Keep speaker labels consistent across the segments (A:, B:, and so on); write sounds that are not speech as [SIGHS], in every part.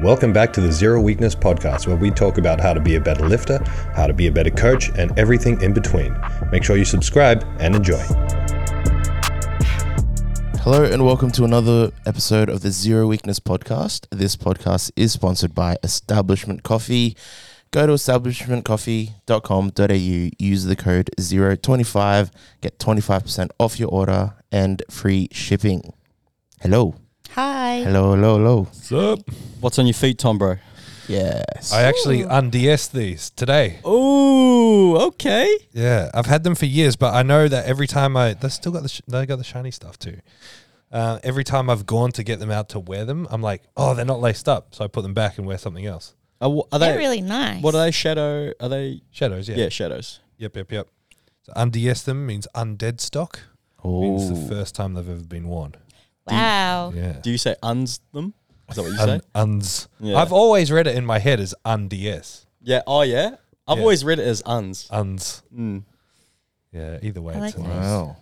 A: Welcome back to the Zero Weakness Podcast, where we talk about how to be a better lifter, how to be a better coach, and everything in between. Make sure you subscribe and enjoy.
B: Hello and welcome to another episode of the Zero Weakness Podcast. This podcast is sponsored by Establishment Coffee. Go to establishmentcoffee.com.au, use the code 025, get 25% off your order and free shipping. Hello.
C: Hi.
B: Hello, hello, hello.
D: Sup?
E: What's on your feet, Tom, bro?
B: Yes.
D: I actually unds these today.
E: Oh, okay.
D: Yeah, I've had them for years, but I know that every time I they still got the sh- they got the shiny stuff too. Uh, every time I've gone to get them out to wear them, I'm like, oh, they're not laced up, so I put them back and wear something else.
E: Are, wh- are
C: They're
E: they?
C: really nice.
E: What are they? Shadow? Are they?
D: Shadows, yeah,
E: Yeah, shadows.
D: yep, yep, yep. So unds them means undead stock. Means
B: Oh,
D: the first time they've ever been worn.
C: Wow.
D: Yeah,
E: Do you say uns them? Is that what you say?
B: Um,
D: Un- uns.
E: Yeah.
D: I've always read it in my head as unds,
E: yeah. Oh, yeah. I've
D: Yeah.
E: always read it as uns.
D: uns.
E: Mm.
D: Yeah, either way,
C: I
D: it's
C: like
D: a
C: that.
D: nice-
B: wow.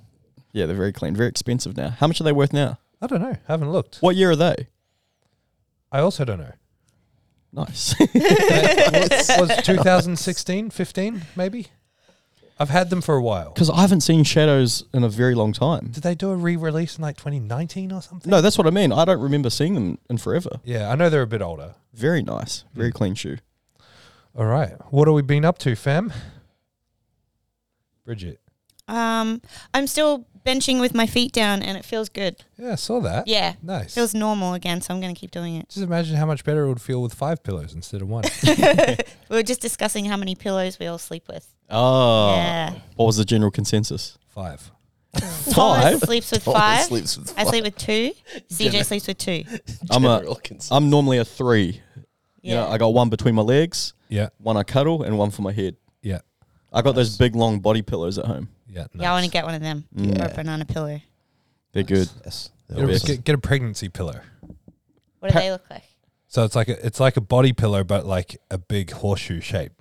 E: Yeah, they're very clean, very expensive now. How much are they worth now?
D: I don't know. Haven't looked.
E: What year are they?
D: I also don't know.
E: Nice. [LAUGHS]
D: was 2016, 15, maybe. I've had them for a while.
E: Because I haven't seen shadows in a very long time.
D: Did they do a re-release in like 2019 or something?
E: No, that's what I mean. I don't remember seeing them in forever.
D: Yeah, I know they're a bit older.
E: Very nice. Very
B: Mm.
E: clean shoe.
D: All right, what have we been up to, fam? Bridget.
C: Um, I'm still benching with my feet down, and it feels good.
D: Yeah, I saw that.
C: Yeah,
D: Nice.
C: feels normal again, so I'm gonna keep doing it.
D: Just imagine how much better it would feel with five pillows instead of one.
C: We were just discussing how many pillows we all sleep with.
E: Oh.
C: yeah,
E: What was the general consensus?
D: five.
C: Thomas
E: Five?
C: sleeps with
B: Thomas
C: five.
B: sleeps with
C: I sleep with two. CJ sleeps with two.
E: I'm a,
B: General consent.
E: I'm normally a three. You know,
C: Yeah.
E: I got one between my legs,
D: Yeah,
E: one I cuddle, and one for my head.
D: yeah,
E: I got those big long body pillows at home.
D: yeah.
C: Yeah, I want to get one of them or a
B: Yeah.
C: banana pillow.
E: They're good.
B: Yes.
D: Get, a- get, get a pregnancy pillow.
C: What do
E: Pa-
C: they look like?
D: So it's like a, it's like a body pillow, but like a big horseshoe shape.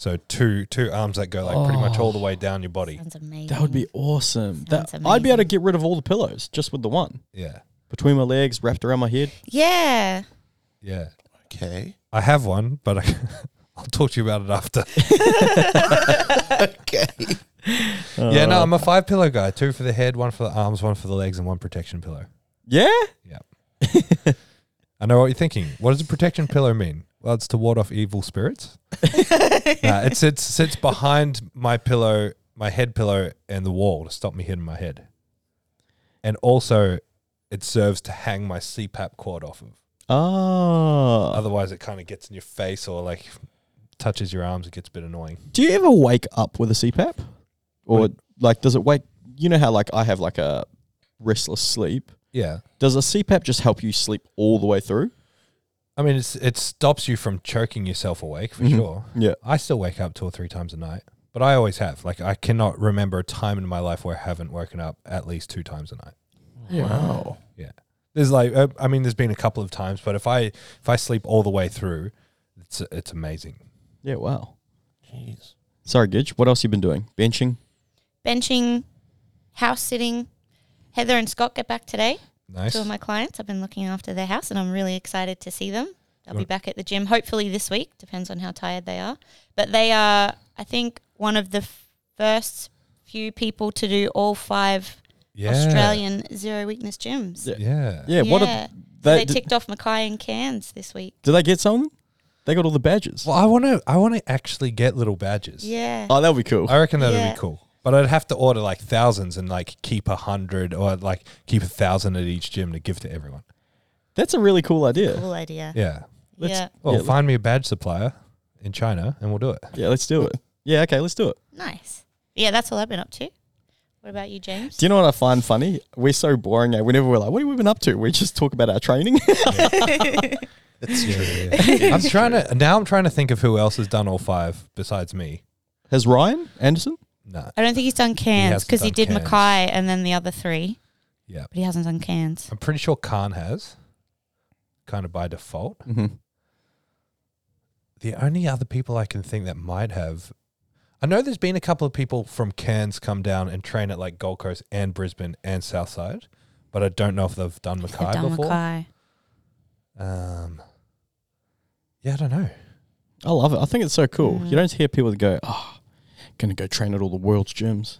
D: So two two arms that go like pretty much all the way down your body.
C: Sounds amazing.
E: That would be awesome. That,
C: Sounds
E: I'd be able to
C: amazing.
E: get rid of all the pillows just with the one
D: Yeah,
E: between my legs, wrapped around my head.
C: yeah.
D: yeah.
B: Okay.
D: I have one, but I, [LAUGHS] I'll talk to you about it after.
B: [LAUGHS] Okay.
D: yeah, no, I'm a five pillow guy. Two for the head, one for the arms, one for the legs, and one protection pillow.
E: Yeah.
D: Yeah. I know what you're thinking. What does a protection pillow mean? Well, it's to ward off evil spirits. nah, it sits sits behind my pillow, my head pillow, and the wall to stop me hitting my head. And also, it serves to hang my CPAP cord off of.
E: Oh.
D: Otherwise, it kind of gets in your face or like touches your arms. It gets a bit annoying.
E: Do you ever wake up with a CPAP? Or like, does it wake? You know how like I have like a restless sleep.
D: Yeah.
E: Does a CPAP just help you sleep all the way through?
D: I mean, it's it stops you from choking yourself awake for sure.
E: Mm-hmm. Yeah.
D: I still wake up two or three times a night, but I always have. Like, I cannot remember a time in my life where I haven't woken up at least two times a night.
B: Wow.
D: Yeah, there's like, uh, I mean, there's been a couple of times, but if I if I sleep all the way through, it's it's amazing.
E: Yeah. Wow.
B: Jeez.
E: Sorry, Gidge. What else you been doing? Benching.
C: Benching, house sitting. Heather and Scott get back today.
D: Nice.
C: Two of my clients. I've been looking after their house and I'm really excited to see them. They'll be back at the gym hopefully this week, depends on how tired they are. But they are, I think, one of the f- first few people to do all five
D: yeah.
C: Australian zero weakness gyms.
E: Yeah.
D: Yeah.
E: Yeah. What?
C: Yeah.
E: A,
C: So
E: they,
C: they ticked off Mackay and Cairns this week.
E: did they get something? They got all the badges.
D: Well, I want to I want to actually get little badges.
C: Yeah.
E: Oh, that would be cool.
D: I reckon that'd
C: Yeah.
D: be cool. But I'd have to order like thousands and like keep a hundred or like keep a thousand at each gym to give to everyone.
E: That's a really cool idea.
C: Cool idea.
D: Yeah.
E: Let's-
C: Yeah.
D: Well,
E: Yeah,
D: find me a badge supplier in China and we'll do it.
E: Yeah, let's do it. Yeah, okay, let's do it.
C: Nice. Yeah, that's all I've been up to. What about you, James?
E: Do you know what I find funny? We're so boring. eh? Whenever we're like, what have we been up to? We just talk about our training. [LAUGHS]
D: [LAUGHS] I'm trying to now. I'm trying to think of who else has done all five besides me.
E: Has Ryan Anderson?
D: Nah.
C: I don't think he's done Cairns
D: hasn't
C: because he,
D: done
C: did
D: Cairns.
C: Mackay and then the other three,
D: Yeah,
C: but he hasn't done Cairns.
D: I'm pretty sure Khan has, kind of by default.
E: Mm-hmm.
D: The only other people I can think that might have, I know there's been a couple of people from Cairns come down and train at like Gold Coast and Brisbane and Southside, but I don't know if they've done Mackay
C: They've done
D: before.
C: Mackay.
D: Um, Yeah, I don't know. [LAUGHS]
E: I love it. I think it's so cool.
C: Mm.
E: You don't hear people that go, oh, gonna go train at all the world's gyms.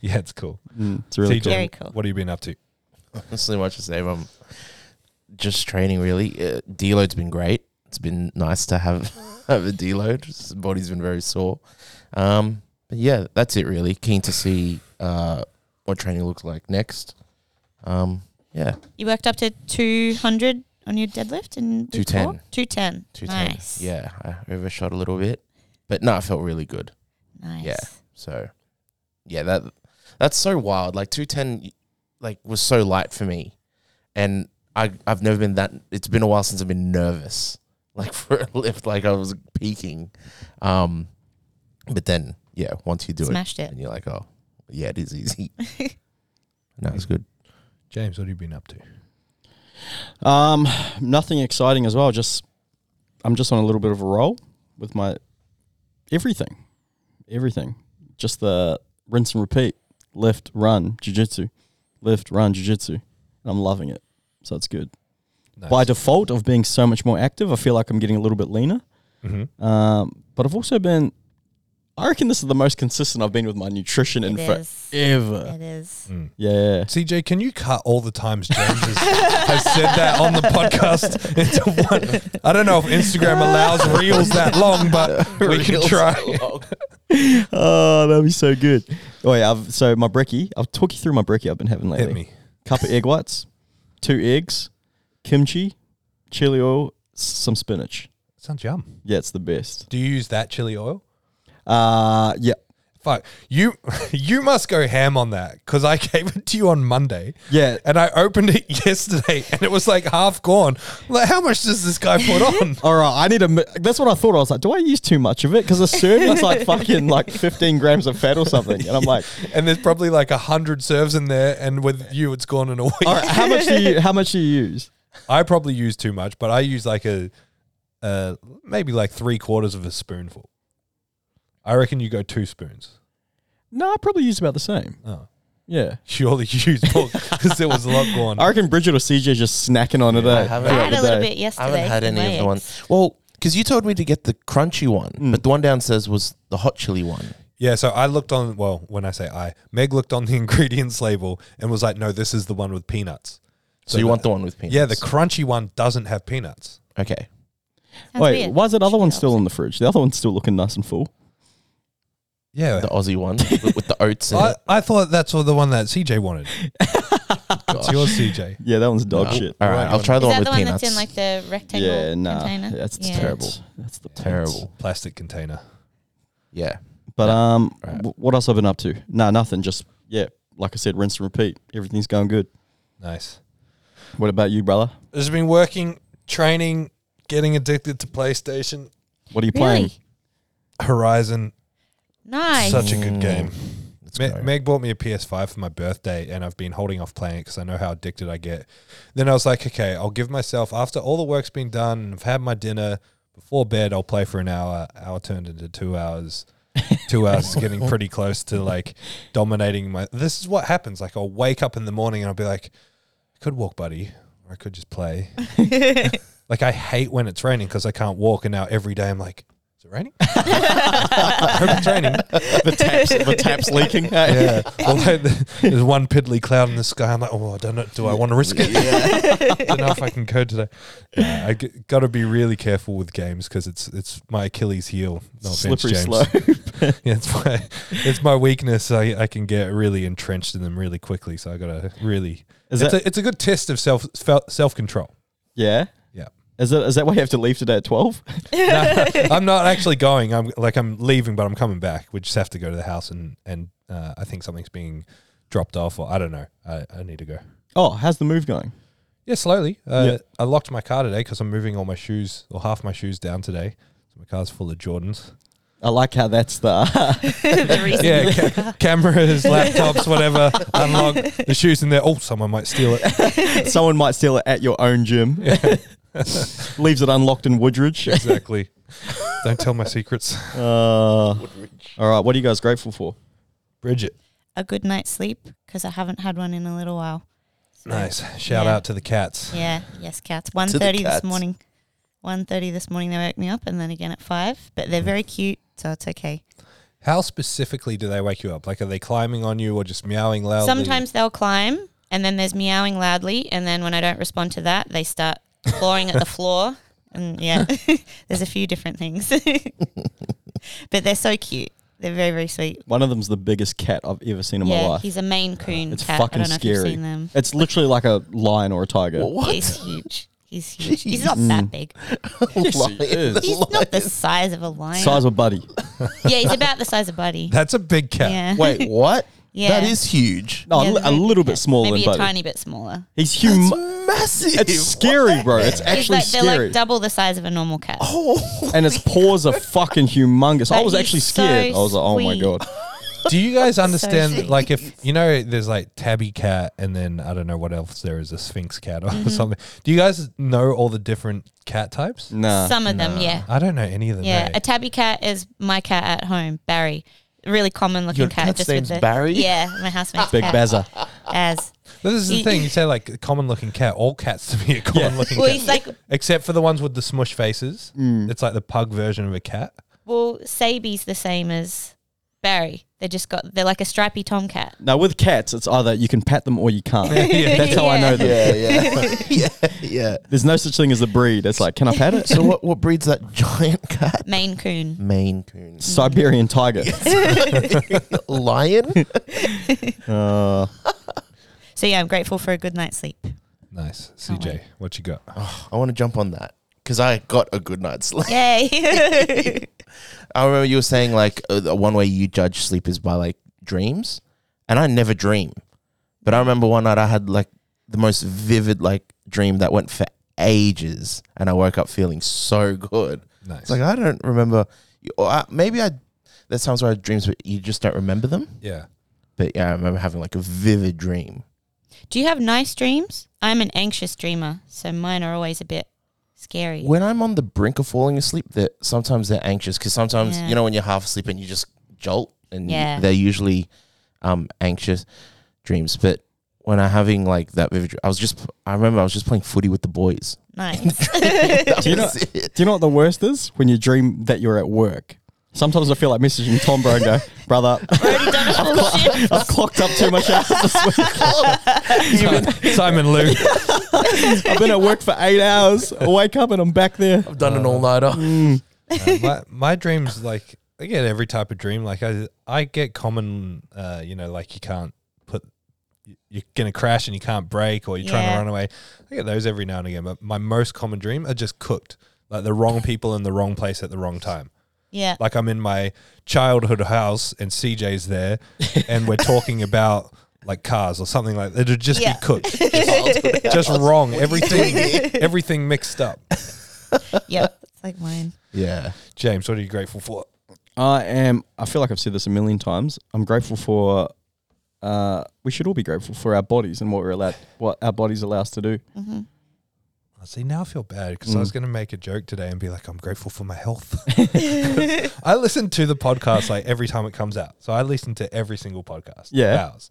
D: yeah, it's cool.
E: Mm, it's really
D: TJ,
E: cool.
C: Very cool.
D: What have you been up to?
B: Honestly, much the same. I'm just training really. Uh, deload's been great. It's been nice to have [LAUGHS] have a deload. Just the body's been very sore. Um, but yeah, that's it really. Keen to see uh, what training looks like next. Um, yeah,
C: You worked up to 200 on your deadlift and
B: 210.
C: 210.
B: 210.
C: Nice.
B: Yeah, I overshot a little bit, but no, it felt really good.
C: Nice.
B: Yeah. So, yeah, that that's so wild. Like two ten, like was so light for me, and I I've never been that. It's been a while since I've been nervous, [LAUGHS] like for a lift, like I was peaking, um, but then yeah, once you do
C: Smashed
B: it,
C: it.
B: and you're like, oh, yeah, it is easy. no, it's good.
D: James, what have you been up to?
E: Um, nothing exciting as well. Just I'm just on a little bit of a roll with my everything, everything. Just the rinse and repeat, lift, run, jujitsu, lift, run, jujitsu. And I'm loving it, so it's good.
D: Nice.
E: By default of being so much more active, I feel like I'm getting a little bit leaner.
D: Mhm.
E: Um, but I've also been. I reckon this is the most consistent I've been with my nutrition
C: It
E: info
C: is.
E: ever.
C: It is.
D: Mm.
E: Yeah.
D: CJ, can you cut all the times James has, has said that on the podcast into one? I don't know if Instagram allows reels that long, but we can
B: Reels.
D: try.
E: Oh, that'd be so good. Oh yeah, I've, so my brekkie, I'll talk you through my brekkie I've been having lately.
D: Hit me.
E: Cup of egg whites, two eggs, kimchi, chili oil, s- some spinach.
D: Sounds yum.
E: Yeah, it's the best.
D: Do you use that chili oil?
E: Uh yeah.
D: Fuck you! [LAUGHS] You must go ham on that because I gave it to you on Monday.
E: Yeah.
D: and I opened it yesterday, and it was like half gone. Like, how much does this guy put on?
E: All right, I need a. mi- That's what I thought. I was like, do I use too much of it? Because a serving's [LAUGHS] like fucking like 15 grams of fat or something. And I'm like,
D: and there's probably like a hundred serves in there, and with you, it's gone in a week.
E: all right, how much do you how much do you use?
D: I probably use too much, but I use like a, uh, maybe like three quarters of a spoonful. I reckon you go two spoons. [LAUGHS]
E: No, I probably use about the same.
D: Oh,
E: Yeah,
D: surely you
B: [LAUGHS]
D: use more because there was a lot gone.
E: I reckon Bridget or CJ just snacking on it.
B: Yeah, I
E: eh,
B: haven't-
C: I
E: throughout
C: had
E: the
C: a little
E: day.
C: bit yesterday.
B: I haven't had
C: from
B: any of
C: my
B: the
C: eggs.
B: ones. Well, because you told me to get the crunchy one,
D: Mm.
B: but the one downstairs was the hot chili one.
D: Yeah, so I looked on. Well, when I say I, Meg looked on the [LAUGHS] ingredients label and was like, "No, this is the one with peanuts."
B: So, you want the one with peanuts?
D: Yeah, the crunchy one doesn't have peanuts.
B: okay.
C: Sounds
E: Wait,
C: weird.
E: why is that other
C: Should
E: one
C: be
E: still
C: opposite.
E: in the fridge? The other one's still looking nice and full.
D: Yeah,
B: The Aussie one with, with the
D: [LAUGHS]
B: oats in
D: I,
B: it.
D: I thought that's all the one that
B: [LAUGHS]
D: CJ wanted. It's
B: Gosh.
D: yours, CJ.
E: Yeah, that one's dog
B: No.
E: shit.
B: All right, I'll try the one
C: Is that
B: with
C: the one
B: peanuts.
C: that's in like the rectangle
E: Yeah, nah,
C: container?
E: that's
C: Yeah.
E: terrible. That's the
B: Terrible.
D: Plastic container.
B: Yeah.
E: But um,
B: Right.
E: w- what else I've been up to? Nah, nothing. Just yeah, like I said, rinse and repeat. Everything's going good.
D: Nice.
E: What about you, brother?
D: Has been working, training, getting addicted to PlayStation,
E: What are
C: Really?
E: you playing?
D: Horizon.
C: Nice.
D: Such a good
B: Mm.
D: game.
B: Let's
D: Me-
B: go.
D: Meg bought me a PS5 for my birthday, and I've been holding off playing it because I know how addicted I get. Then I was like, okay, I'll give myself after all the work's been done. and I've had my dinner before bed. I'll play for an hour. Hour turned into two hours. two hours is getting pretty close to like dominating my. This is what happens. Like I'll wake up in the morning and I'll be like, I could walk, buddy, or I could just play. like I hate when it's raining because I can't walk, and now every day I'm like, is it raining? [LAUGHS] I hope it's
E: [LAUGHS]
D: raining.
E: the taps, the
C: [LAUGHS]
E: taps leaking. [LAUGHS]
D: Yeah. Although the- there's one piddly cloud in the sky, I'm like, oh, I don't know. Do I want to risk it? [LAUGHS] don't know if I can code today. Nah, I got to be really careful with games because it's it's my Achilles heel.
B: Oh,
D: No offense,
E: Slippery
D: James.
E: slope.
D: [LAUGHS]
E: [LAUGHS]
D: Yeah, it's my it's my weakness. I, I can get really entrenched in them really quickly. So I got to really.
E: Is
D: it's,
E: that
D: a, it's a good test of self self [LAUGHS] control.
E: yeah?
D: Yeah.
E: Is that is that why you have to leave today at twelve? [LAUGHS]
D: I'm not actually going. I'm like I'm leaving, but I'm coming back. We just have to go to the house and and uh, I think something's being dropped off, or I don't know. I, I need to go.
E: Oh, how's the move going?
D: Yeah, slowly. Uh,
E: Yeah.
D: I locked my car today because I'm moving all my shoes or half my shoes down today. So my car's full of [LAUGHS] Jordans.
E: I like how that's the [LAUGHS]
C: [LAUGHS] the reason.
D: Yeah, ca- [LAUGHS] cameras, laptops, whatever. Unlock the shoes in there. Oh, someone might steal it.
E: someone might steal it at your own gym. [LAUGHS] Leaves it unlocked
B: [LAUGHS]
E: in Woodridge.
D: Exactly. Don't tell my secrets,
E: Uh, all right, what are you guys grateful for?
D: Bridget.
C: A good night's sleep because I haven't had one in a little while. So,
D: Nice. Shout
C: Yeah.
D: out to the cats.
C: Yeah. Yes, cats.
B: the
C: 1.30
B: cats.
C: this morning. 1.30 this morning they woke me up and then again at 5. But
B: Mm.
C: they're very cute, so it's okay.
D: How specifically do they wake you up? Like, are they climbing on you or just meowing loudly?
C: Sometimes they'll climb and then there's meowing loudly and then when I don't respond to that, they start clawing
E: [LAUGHS]
C: at the floor. And yeah, [LAUGHS] there's a few different things. [LAUGHS] but they're so cute. They're very, very sweet.
E: One of them's the biggest cat I've ever seen in my
C: yeah,
E: life.
C: he's a Maine Coon
E: It's
C: cat.
E: fucking
C: I don't know if
E: scary.
C: you've seen
E: [LAUGHS]
C: them.
E: It's literally like a lion or a tiger.
C: He's huge.
E: [LAUGHS]
C: He's huge. He's not
E: Mm.
C: that big.
E: Yes, it is.
C: He's [LAUGHS] not the size of a lion.
E: Size of buddy.
C: [LAUGHS] yeah, he's about the size of
E: [LAUGHS]
C: Buddy.
D: That's a big cat.
C: Yeah.
B: Wait, what?
C: Yeah.
B: That is huge.
E: No,
C: Yeah,
E: a li-
C: they're
E: a
C: very-
E: little bit
C: yeah,
E: smaller
C: Maybe
E: than
C: a
E: buddy.
C: tiny bit smaller.
E: He's
B: It's
E: human.
B: massive.
E: It's [LAUGHS] scary, bro.
C: It's
E: It's actually
C: like they're
E: scary. Oh,
C: like double the size of a normal cat.
E: and its paws are fucking humongous. I
C: But
E: was
C: he's
E: actually
C: so
E: scared. I was like, oh my
C: sweet. [LAUGHS]
E: god.
D: Do you guys understand,
C: sweet.
D: like, if you know, there's like tabby cat, and then I don't know what else there is, a sphinx cat or
C: Mm-hmm.
D: something. Do you guys know all the different cat types?
E: Nah.
C: Some of them, yeah.
D: I don't know any of them.
C: Yeah.
D: eh?
C: A tabby cat is my cat at home, Barry. Really common looking
B: Your
C: cat.
B: cat's
C: just
B: name's
C: with the,
B: Barry?
C: Yeah, my housemate's
E: Big
C: cat.
E: Bazza.
C: As.
D: This is the
C: He-
D: thing. You say like a common looking cat. All cats to me are common looking.
C: Well,
D: cats.
C: he's like,
D: except for the ones with the smush faces.
B: Mm.
D: It's like the pug version of
C: [LAUGHS]
D: a cat. [LAUGHS]
C: well, Sabi's the same as Barry. They just got, they're like a stripy tomcat.
E: Now with cats, it's either you can pat them or you can't. That's how
C: [LAUGHS] Oh,
E: I
C: Yeah.
E: know that.
B: yeah, yeah, [LAUGHS] yeah, yeah.
E: There's no such thing as a breed. It's like, can I
C: [LAUGHS]
E: pat it?
B: So what? What breeds that [LAUGHS] giant cat?
C: Maine Coon.
B: Maine Coon,
E: Siberian tiger.
B: lion. [LAUGHS]
E: Uh,
C: So yeah, I'm grateful for a good night's sleep.
D: Nice,
C: Can't
D: CJ. What you got?
B: I want to jump on that because I got a good night's sleep.
C: Yay. [LAUGHS]
B: I remember you were saying like uh, the one way you judge sleep is by like dreams, and I never dream, but I remember one night I had like the most vivid like dream that went for ages, and I woke up feeling so good.
D: Nice.
B: It's like I don't remember, or I, maybe I. There's times where I had dreams, but you just don't remember them.
D: yeah. [LAUGHS]
B: But yeah, I remember having like a vivid dream.
C: Do you have nice dreams? I'm an anxious dreamer, so mine are always a bit scary.
B: When I'm on the brink of falling asleep, that sometimes they're anxious because sometimes
C: Yeah.
B: you know when you're half asleep and you just jolt, and you-
C: Yeah.
B: they're usually um, anxious dreams. But when I'm having like that vivid, dr- I was just I remember I was just playing footy with the [LAUGHS] boys.
C: Nice.
B: [LAUGHS] That
E: Do you
B: was it.
E: do you know what the worst is? When you dream that you're at work. Sometimes I feel like messaging Tom Bro and go, brother,
C: [LAUGHS]
E: [LAUGHS]
C: Already done a full shift.
E: I've clocked up too much hours this week.
D: Simon Lou.
E: I've been at work for eight hours. I wake up and I'm back there.
B: I've done an all nighter.
D: Uh, my my dreams like I get every type of dream. Like I I get common, uh, you know, like you can't put you- you're gonna crash and you can't break or you're trying to
C: Yeah.
D: run away. I get those every now and again. But my most common dream are just cooked, like the wrong people in the wrong place at the wrong time.
C: Yeah.
D: Like I'm in my childhood house and CJ's
C: [LAUGHS]
D: there, and we're talking about like cars or something like that. It'd just
C: Yeah.
D: be
C: [LAUGHS]
D: cooked, just wrong. Everything everything mixed up.
B: uh,
C: Yep. It's like mine.
B: Yeah,
D: James, what are you grateful for?
E: I am. I feel like I've said this a million times. I'm grateful for. Uh, we should all be grateful for our bodies and what we're allowed, what our bodies allow us to do.
C: Mm-hmm.
D: I See, now I feel bad because
E: Mm.
D: I was going to make a joke today and be like, I'm grateful for
E: [LAUGHS]
D: my health. [LAUGHS] I listen to the podcast like every time it comes out. So I listen to every single podcast. of
E: Yeah.
D: ours.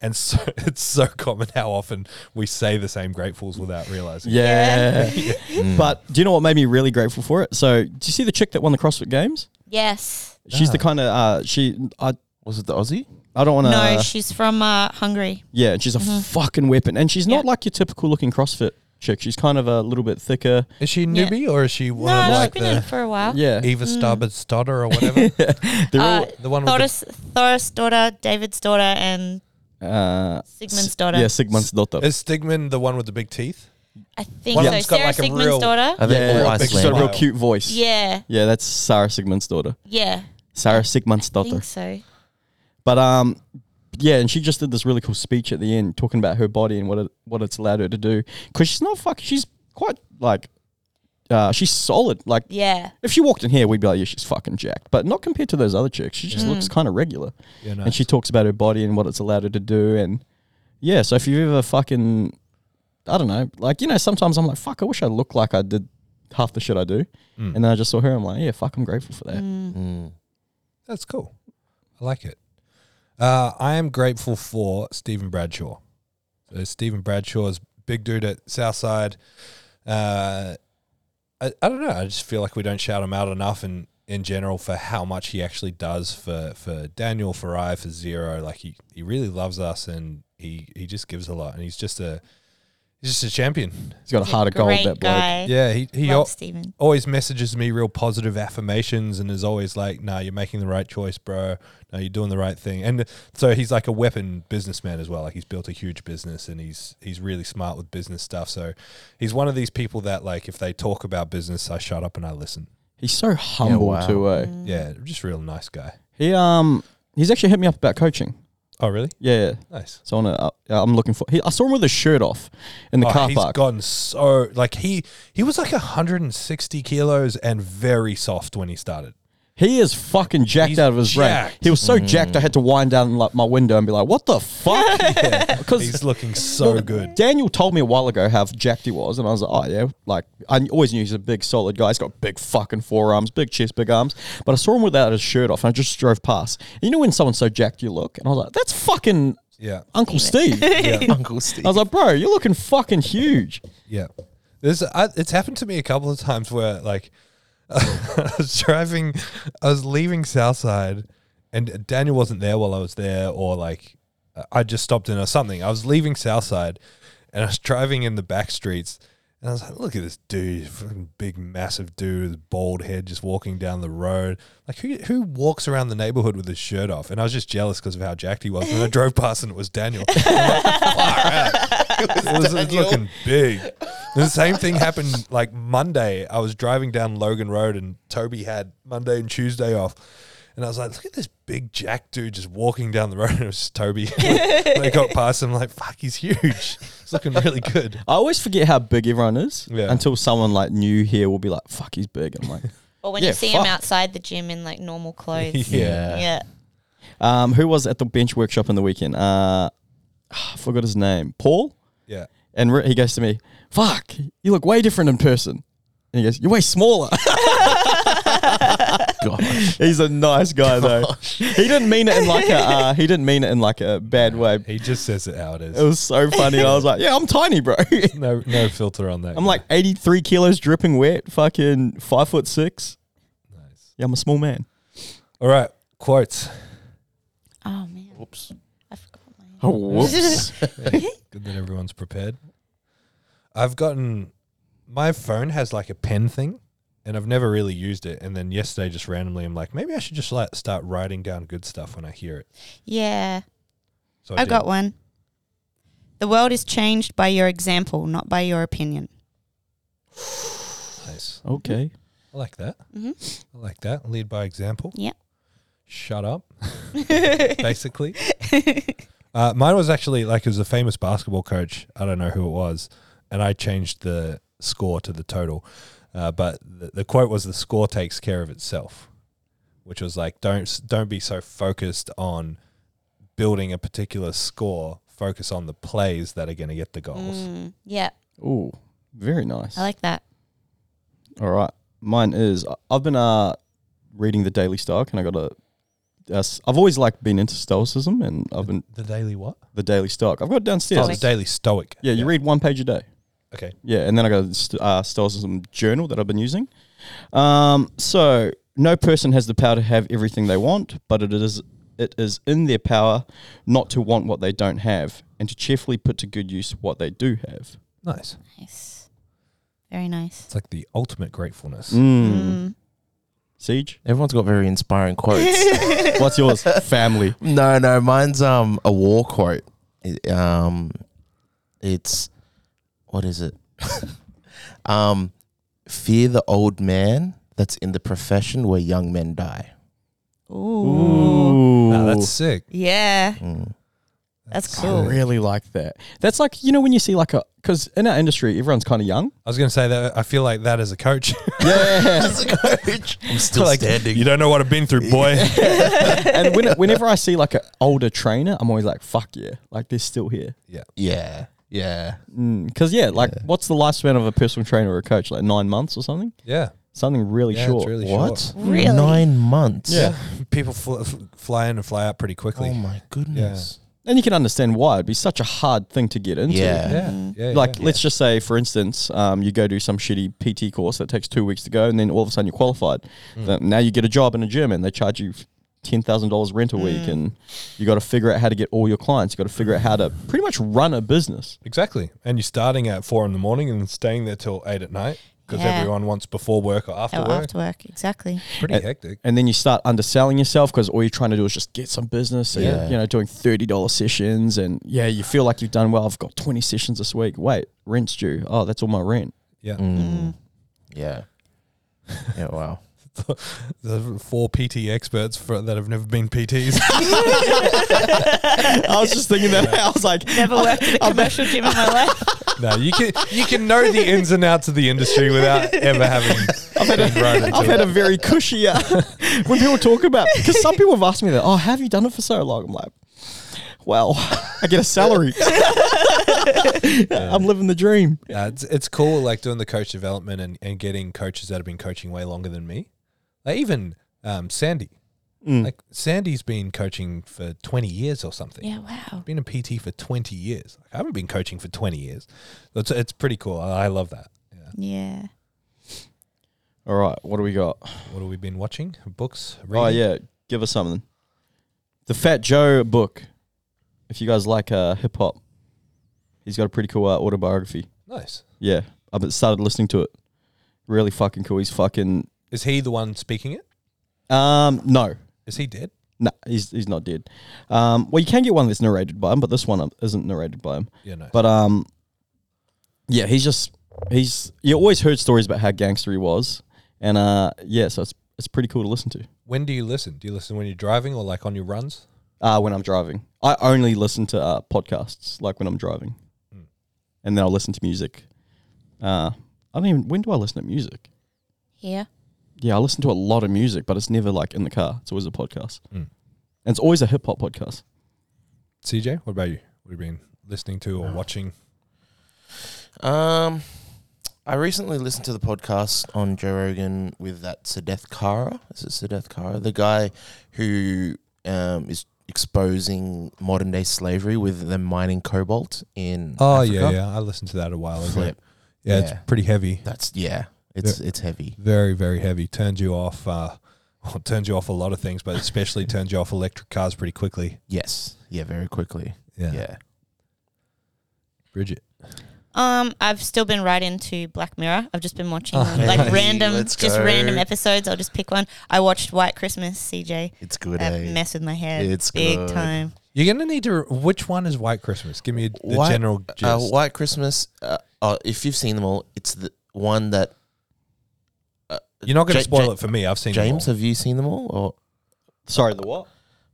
D: And so [LAUGHS] it's so common how often we say the same gratefuls without realizing.
E: Yeah. [LAUGHS] But do you know what made me really grateful for it? So, do you see the chick that won the CrossFit Games?
C: Yes.
E: She's the kind of uh, she. I
B: was it the Aussie?
E: I don't want to.
C: no, she's from uh, Hungary.
E: yeah, she's a fucking weapon, and she's not
C: Mm-hmm. Yeah.
E: like your typical looking CrossFit chick. She's kind of a little bit thicker.
D: Is she
C: Yeah.
D: newbie or is she
C: No,
D: one of
C: she's
D: like
C: been in Mm. it
D: the
C: for a while.
E: Yeah.
D: Eva Starbird's daughter
E: [LAUGHS]
D: or whatever?
E: They're
C: Uh,
D: the one with
C: Thoris, Thoris' daughter, David's daughter, and
E: all, uh,
C: Sigmund's
E: S-
C: daughter.
E: Yeah, Sigmund's daughter.
D: the, is Stigman the one with the big teeth?
C: I think
D: One of
C: so.
D: them's got,
C: Sarah
D: like, a
C: Sigmund's
D: real-
C: daughter.
B: Are they
E: Yeah.
B: all
D: Big
E: She's got
B: Iceland?
E: a real
D: smile.
E: cute voice.
C: Yeah.
E: Yeah, that's Sarah Sigmund's daughter.
C: Yeah.
E: Sarah Sigmund's
C: I
E: daughter.
C: think so.
E: But um, yeah, and she just did this really cool speech at the end, talking about her body and what it what it's allowed her to do. Because she's not fuck. She's quite like, uh, she's solid. Like
C: Yeah.
E: if she walked in here, we'd be like, yeah, she's fucking jacked. But not compared to those other chicks. She
C: Mm.
E: just looks kind of regular.
D: Yeah,
E: And she talks about her body and what it's allowed her to do. And yeah, so if you've ever fucking, I don't know, like you know, sometimes I'm like, fuck, I wish I looked like I did half the shit I do.
D: Mm.
E: And then I just saw her. I'm like, yeah, fuck, I'm grateful for that.
C: Mm.
B: Mm.
D: That's cool. I like it. Uh, I am grateful for Stephen Bradshaw. So Stephen Bradshaw's big dude at Southside. Uh, I, I don't know. I just feel like we don't shout him out enough in, in general for how much he actually does for, for Daniel, for I, for Zero. Like he, he really loves us and he, he just gives a lot and he's just a he's just a champion.
E: He's got a heart of gold,
C: Great
E: that bloke.
C: guy.
D: Yeah, he he al-
C: Love Steven.
D: always messages me real positive affirmations and is always like, "Nah, you're making the right choice, bro. No, you're doing the right thing." And so he's like a weapon businessman as well. Like he's built a huge business and he's he's really smart with business stuff. So he's one of these people that like if they talk about business, I shut up and I listen.
E: He's so humble
B: wow.
E: too, eh?
D: Yeah, just real nice guy.
E: He um he's actually hit me up about coaching.
D: Oh, really?
E: Yeah, yeah.
D: Nice.
E: So on a, uh, I'm looking for. He, I saw him with his shirt off in the
D: Oh,
E: car
D: he's
E: park.
D: gotten so like he he was like 160 kilos and very soft when he started.
E: he is fucking jacked
D: He's
E: out of his brain.
D: jacked.
E: He was so jacked, I had to wind down like my window and be like, "What the fuck?" Because
D: He's
E: [LAUGHS]
D: looking so good.
E: Daniel told me a while ago how jacked he was, and I was like, "Oh yeah." Like I always knew he's a big, solid guy. He's got big fucking forearms, big chest, big arms. But I saw him without his shirt off, and I just drove past. And you know when someone's so jacked, you look, and I was like, "That's fucking
D: Yeah.
E: Uncle Steve."
B: Uncle Steve.
E: I was like, bro, you're looking fucking huge.
D: Yeah, there's I, it's happened to me a couple of times where like [LAUGHS] I was driving, I was leaving Southside, and Daniel wasn't there while I was there, or like I just stopped in or something. I was leaving Southside, and I was driving in the back streets. And I was like, look at this dude, fucking big, massive dude with bald head just walking down the road. Like, who who walks around the neighborhood with his shirt off? And I was just jealous because of how jacked he was. And I drove past and it was Daniel. It was, it was looking big. The same thing happened like Monday. I was driving down Logan Road and Toby had Monday and Tuesday off. And I was like, look at this big jack dude just walking down the road. [LAUGHS] And it was just Toby. they got past him, like, fuck, he's huge. He's looking really good.
E: I always forget how big everyone is
D: Yeah.
E: until someone like new here will be like, fuck, he's big. And I'm like, [LAUGHS]
C: Or when
E: Yeah,
C: you see
E: fuck.
C: him outside the gym in like normal clothes.
B: [LAUGHS] Yeah.
C: Yeah.
E: um, who was at the bench workshop in the weekend? Uh, [SIGHS] I forgot his name. Paul?
D: Yeah.
E: And re- he goes to me, fuck, you look way different in person. And he goes, you're way smaller.
B: Gosh.
E: he's a nice guy though. He didn't mean it in like a, uh, he didn't mean it in like a bad way.
D: He just says it how it is.
E: It was so funny. I was like, yeah, I'm tiny, bro. [LAUGHS]
D: no, no filter on that.
E: I'm like 83 kilos dripping wet, fucking five foot six.
D: Nice.
E: Yeah, I'm a small man.
D: all right, quotes.
C: Oh man,
B: Whoops.
C: I forgot mine.
E: Oh, whoops. [LAUGHS]
D: Good that everyone's prepared. I've gotten my phone has like a pen thing, and I've never really used it. And then yesterday, just randomly, I'm like, maybe I should just like start writing down good stuff when I hear it.
C: Yeah.
D: So
C: I
D: did.
C: got one. The world is changed by your example, not by your opinion.
D: Nice.
E: okay.
D: I like that. [LAUGHS]
C: hmm
D: I like that. Lead by example.
C: Yep.
D: Shut up.
C: [LAUGHS]
D: Basically. Uh, mine was actually like it was a famous basketball coach. I don't know who it was, and I changed the score to the total. Uh, but the, the quote was, "The score takes care of itself," which was like, "Don't s- don't be so focused on building a particular score. Focus on the plays that are going to get the goals."
C: Mm, yeah,
E: Ooh, very nice.
C: I like that.
E: All right. Mine is I- I've been uh reading the Daily Stoic and I got a uh, s- I've always like been into stoicism and I've been
D: The daily what?
E: the Daily Stoic. I've got it
D: Oh,
E: downstairs.
D: the daily stoic.
E: Yeah, you read one page a day.
D: Okay.
E: Yeah, and then I got a st- uh, stoicism journal that I've been using. Um, so no person has the power to have everything they want, but it is it is in their power not to want what they don't have and to cheerfully put to good use what they do have.
D: Nice.
C: Nice. Very nice.
D: It's like the ultimate gratefulness.
E: Mm.
C: Mm.
E: Siege,
B: Everyone's got very inspiring quotes.
C: [LAUGHS]
E: what's yours? Family.
B: No, no, mine's um a war quote. It, um, it's what is it? [LAUGHS] um, fear the old man that's in the profession where young men die.
C: Ooh.
D: Nah, that's sick.
C: Yeah,
B: Mm.
C: that's
E: I
C: cool.
E: really like that. That's like you know when you see like a because in our industry everyone's kind of young.
D: I was going to say that I feel like that as a coach. [LAUGHS]
B: [LAUGHS]
E: Yeah,
B: I'm still
D: like, You don't know what I've been through, boy.
E: and when, whenever I see like an older trainer, I'm always like, "Fuck yeah!" Like they're still here.
B: Yeah, yeah.
E: Because yeah, like what's the lifespan of a personal trainer or a coach? Like nine months or something?
D: [LAUGHS] yeah.
E: Something really
D: Yeah, it's
E: short.
D: really
B: What?
D: short.
C: Really?
B: Nine months.
E: Yeah.
D: People fl- f- fly in and fly out pretty quickly.
B: Oh my goodness.
E: And you can understand why it'd be such a hard thing to get into.
B: Yeah.
D: Yeah. yeah
E: Like,
D: yeah.
E: let's just say, for instance, um, you go do some shitty PT course that takes two weeks to go, and then all of a sudden you're qualified. Th- Now you get a job in a gym, and they charge you ten thousand dollars rent a week, and you got to figure out how to get all your clients. You got to figure out how to pretty much run a business.
D: Exactly. And you're starting at four in the morning and staying there till eight at night because
C: Yeah.
D: everyone wants before work or after
C: Oh,
D: work.
C: after work, exactly.
D: Pretty hectic.
E: and then you start underselling yourself because all you're trying to do is just get some business. So
B: Yeah.
E: you're, you know, doing thirty dollar sessions, and yeah, you feel like you've done well. I've got twenty sessions this week. Wait, rent's due. Oh, that's all my rent. [LAUGHS]
D: Yeah.
B: Mm. Yeah. Yeah. Wow.
D: The four PT experts for, that have never been PTs.
E: I was just thinking that. [LAUGHS] I was like,
C: Never worked at a commercial gym [LAUGHS] in my life.
D: no, you can you can know the ins and outs of the industry without ever having been run into
E: I've
D: it.
E: had a [LAUGHS] very cushy. Uh, when people talk about, because some people have asked me that. Oh, have you done it for so long? I'm like, well, [LAUGHS] I get a [LAUGHS] salary. I'm living the dream.
D: Uh, it's, it's cool, like doing the coach development and, and getting coaches that have been coaching way longer than me. Like even um, Sandy,
E: Mm.
D: like Sandy's been coaching for twenty years or something.
C: Yeah, wow.
D: been a PT for twenty years. I haven't been coaching for twenty years. It's it's pretty cool. I, I love that. Yeah.
C: Yeah.
E: All right, what do we got?
D: What have we been watching? Books?
E: Oh
D: reading?
E: yeah, give us something. The Fat Joe book. If you guys like uh, hip hop, he's got a pretty cool uh, autobiography.
D: Nice.
E: Yeah, I've started listening to it. Really fucking cool. He's fucking
D: Is he the one speaking it?
E: um no.
D: Is he dead?
E: No, he's, he's not dead. Um, well, you can get one that's narrated by him, but this one um, isn't narrated by him.
D: Yeah, no.
E: But um, yeah, he's just he's you always heard stories about how gangster he was, and uh, yeah, so it's it's pretty cool to listen to.
D: when do you listen? Do you listen when you're driving or like on your runs?
E: Uh, when I'm driving, I only listen to uh, podcasts like when I'm driving, Hmm. and then I'll listen to music. Uh, I don't even. When do I listen to music?
C: Here.
E: Yeah, I listen to a lot of music, but it's never like in the car. It's always a podcast,
D: Mm.
E: and it's always a hip hop podcast.
D: CJ, what about you? What have you been listening to or watching?
B: Um, I recently listened to the podcast on Joe Rogan with that Sadeth Kara. Is it Sadeth Kara? The guy who um, is exposing modern day slavery with them mining cobalt in. Africa.
D: Oh, yeah. I listened to that a while
B: Flip.
D: Yeah,
B: Yeah.
D: it's pretty heavy.
B: That's yeah. It's it's heavy.
D: Very, very heavy. Turns you off. Uh, [LAUGHS] well, turns you off a lot of things,
C: [LAUGHS]
D: but especially turns you off electric cars pretty quickly.
B: Yes. Yeah. Very quickly. Yeah.
D: Bridget.
C: Um, I've still been right into Black Mirror. I've just been watching
B: Oh,
C: like
B: hey,
C: random,
B: let's
C: just
B: go.
C: random episodes. I'll just pick one. I watched White Christmas, CJ.
B: It's good.
C: That
B: eh?
C: messed with my head.
B: It's
C: big
B: good.
C: time.
D: You're gonna need to. Which one is White Christmas? Give me the
B: White-
D: general gist.
B: Uh, White Christmas. Uh, uh, if you've seen them all, it's the one that
D: You're not gonna
B: Ja-
D: spoil
B: Ja-
D: it for me. I've seen them
B: James.
D: all.
B: Have you seen them all or
E: Sorry, the what?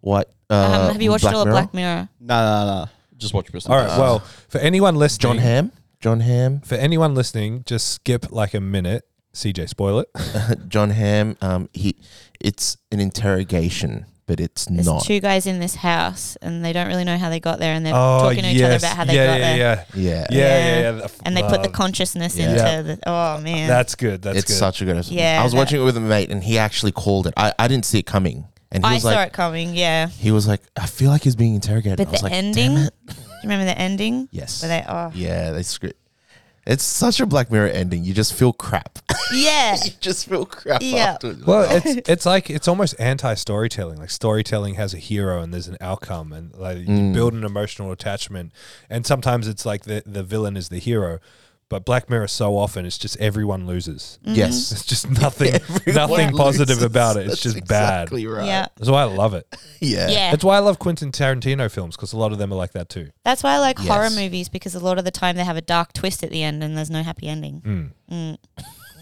B: White? Uh,
C: um, have you watched all of Black Mirror?
E: No, no, no. Just watch your
D: All right. well, for anyone listening,
B: uh, John Ham. John Ham.
D: for anyone listening, just skip like a minute. CJ, spoil it.
B: John Ham. Um, he. It's an interrogation, but it's
C: There's
B: not.
C: two guys in this house, and they don't really know how they got there, and they're talking to each other about how they
D: Oh, yeah,
C: got
D: yeah,
C: there.
D: yeah,
B: yeah.
D: yeah, yeah,
C: Yeah.
D: yeah, The-
C: And they put the
D: uh,
C: consciousness
B: yeah.
D: Yeah.
C: into the. Oh man,
D: That's good. That's
B: it's
D: good.
B: such a good episode.
C: Yeah,
B: I was
C: that-
B: watching it with a mate, and he actually called it. I, I didn't see it coming, and he
C: I
B: was
C: saw
B: like,
C: it coming. Yeah,
B: he was like, I feel like he's being interrogated.
C: but
B: I was
C: the
B: like,
C: ending.
B: "Damn
C: Do
B: it."
C: [LAUGHS] you remember the ending?
B: Yes.
C: Where they oh
B: Yeah, they script. It's such a Black Mirror ending. You just feel crap. [LAUGHS]
C: yeah
B: you just feel crap
C: Yeah.
B: afterwards.
D: Well, it's it's like it's almost anti storytelling. Like storytelling has a hero and there's an outcome, and like
B: Mm.
D: you build an emotional attachment. And sometimes it's like the the villain is the hero, but Black Mirror so often it's just everyone loses.
C: Mm-hmm.
B: yes.
D: [LAUGHS] It's just nothing nothing
B: [LAUGHS] Everyone
D: positive
B: loses.
D: about it. It's
B: That's
D: just
B: Exactly
D: bad.
B: right.
C: yeah
D: That's why I love it.
B: Yeah.
C: yeah.
D: That's why I love Quentin Tarantino films because a lot of them are like that too.
C: That's why I like horror
B: Yes.
C: movies because a lot of the time they have a dark twist at the end and there's no happy ending.
B: Hmm.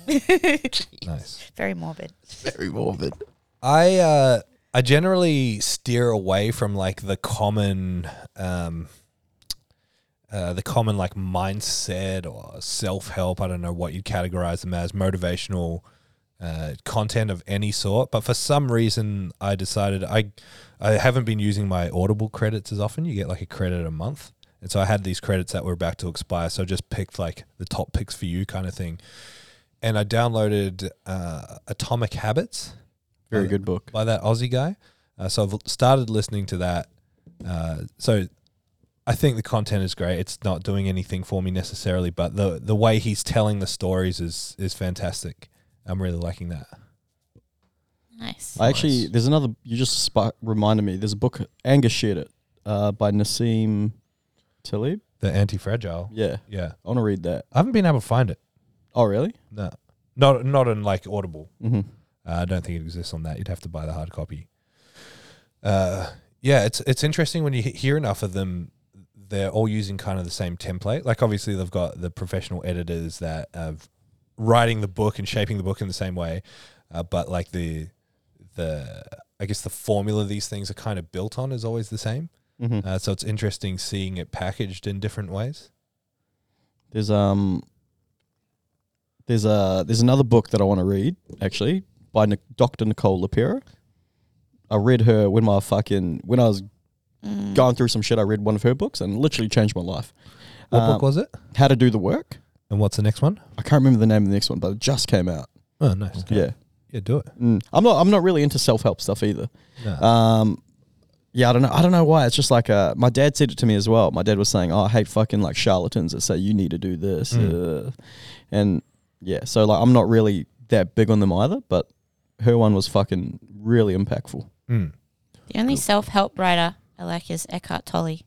C: Mm.
D: Nice.
C: Very morbid.
B: Very morbid. [LAUGHS]
D: I uh, I generally steer away from like the common um, uh, the common like mindset or self help. I don't know what you'd categorize them as motivational uh, content of any sort. But for some reason, I decided I I haven't been using my Audible credits as often. You get like a credit a month. And so I had these credits that were about to expire. So I just picked like the top picks for you kind of thing. And I downloaded uh, Atomic Habits
E: Very good book.
D: by that Aussie guy. Uh, so I've started listening to that. Uh, so I think the content is great. It's not doing anything for me necessarily, but the the way he's telling the stories is is fantastic. I'm really liking that.
C: Nice.
E: I actually, there's another. You just spark, reminded me. There's a book, Anger Shared It, uh, by Nassim Talib.
D: The anti fragile.
E: Yeah,
D: Yeah.
E: I want to read that.
D: I haven't been able to find it.
E: Oh, really?
D: No. Not not in like Audible.
E: Mm-hmm.
D: Uh, I don't think it exists on that. You'd have to buy the hard copy. Uh, yeah, it's it's interesting when you he- hear enough of them. They're all using kind of the same template. Like obviously they've got the professional editors that are writing the book and shaping the book in the same way, uh, but like the the I guess the formula these things are kind of built on is always the same.
E: Mm-hmm.
D: Uh, so it's interesting seeing it packaged in different ways.
E: There's um there's a there's another book that I want to read actually by Nic Dr. Nicole Lapira. I read her when my fucking when I was
C: Mm.
E: going through some shit. I read one of her books and it literally changed my life.
D: What
E: Um,
D: book was it?
E: How to do the work.
D: And what's the next one?
E: I can't remember the name of the next one, but it just came out.
D: Oh, nice.
E: Yeah,
D: yeah, do it.
E: Mm. I'm not I'm not really into self help stuff either.
D: No.
E: Um, yeah, I don't know. I don't know why. It's just like uh, my dad said it to me as well. My dad was saying, "Oh, I hate fucking like charlatans that say you need to do this,"
C: Mm.
E: uh, and yeah. So like, I'm not really that big on them either. But her one was fucking really impactful.
D: Mm.
C: The only self help writer I like is Eckhart Tolle,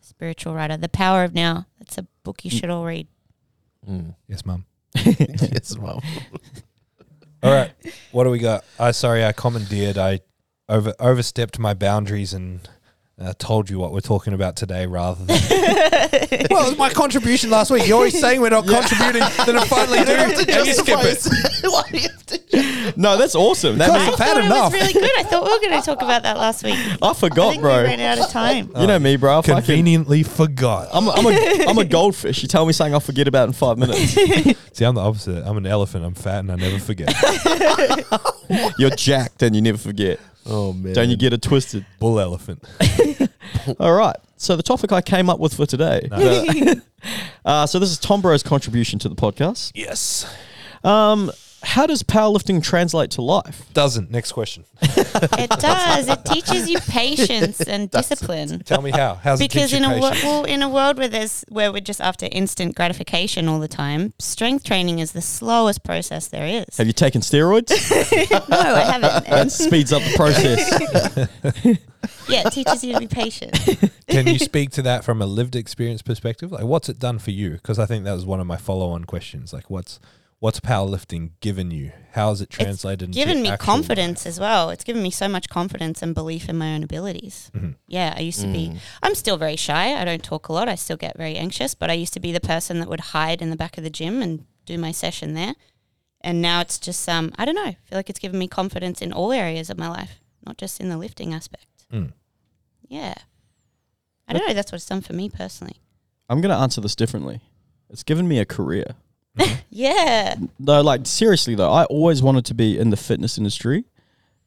C: spiritual writer. The Power of Now. That's a book you should all read.
B: Mm.
D: Yes, mum.
B: yes, well.
D: All right, what do we got? I sorry, I commandeered. I over overstepped my boundaries and uh, told you what we're talking about today, rather than. well, it was my contribution last week. You're always saying we're not contributing, then I finally do. and you [LAUGHS] skip it.
C: [LAUGHS]
E: [LAUGHS] No, that's awesome. That
D: Because-
E: means-
C: I
D: I've had
C: thought it
D: enough.
C: was really good. I thought we were going to talk about that last week.
E: I
C: I
E: forgot,
C: think
E: bro.
C: we ran out of time.
E: you know me, bro. I fucking,
D: [LAUGHS] Conveniently forgot.
E: I'm a, I'm a
C: [LAUGHS]
E: I'm a goldfish. You tell me something, I forget about in five minutes.
D: See, I'm the opposite. I'm an elephant. I'm fat and I never forget.
E: You're jacked and you never forget.
B: Oh man.
E: Don't you get it twisted?
D: Bull elephant.
E: All right. So the topic I came up with for today. [LAUGHS] uh, so this is Tom Bro's contribution to the podcast.
D: Yes.
E: Um, how does powerlifting translate to life?
D: Doesn't. Next question. [LAUGHS]
C: It does. It teaches you patience and discipline.
D: Tell me how. How's
C: Because
D: it teach
C: in
D: you
C: a wo-
D: patience?
C: well, in a world where there's where we're just after instant gratification all the time, strength training is the slowest process there is.
E: Have you taken steroids?
C: no, I
D: [LAUGHS]
C: haven't.
E: that speeds up the process.
C: yeah, it teaches you to be patient. [LAUGHS]
D: Can you speak to that from a lived experience perspective? Like, what's it done for you? Because I think that was one of my follow-on questions. Like, what's what's powerlifting given you? How is it translated?
C: It's
D: into
C: given me
D: actual
C: confidence as well. It's given me so much confidence and belief in my own abilities.
D: Mm-hmm.
C: Yeah, I used to be. I'm still very shy. I don't talk a lot. I still get very anxious. But I used to be the person that would hide in the back of the gym and do my session there. And now it's just um, I don't know. I feel like it's given me confidence in all areas of my life, not just in the lifting aspect.
D: Mm.
C: Yeah, I don't know. That's what it's done for me personally.
E: I'm going to answer this differently. It's given me a career.
C: Yeah,
E: Though, like, seriously, though, I always wanted to be in the fitness industry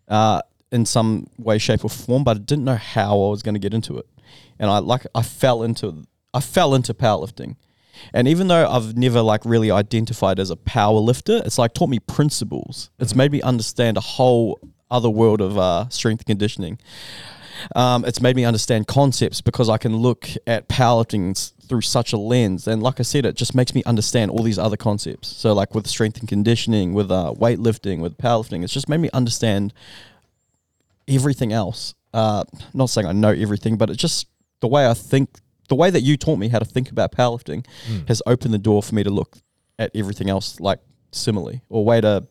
E: uh, in some way, shape, or form, but I didn't know how I was going to get into it. And I, like, I fell into, I fell into powerlifting. And even though I've never like really identified as a power lifter, it's like taught me principles. It's made me understand a whole other world of uh, strength and conditioning. Um, it's made me understand concepts because I can look at powerlifting s- through such a lens. And like I said, it just makes me understand all these other concepts. So like with strength and conditioning, with uh, weightlifting, with powerlifting, it's just made me understand everything else. Uh, not saying I know everything, but it's just the way I think, the way that you taught me how to think about powerlifting has opened the door for me to look at everything else like similarly or way to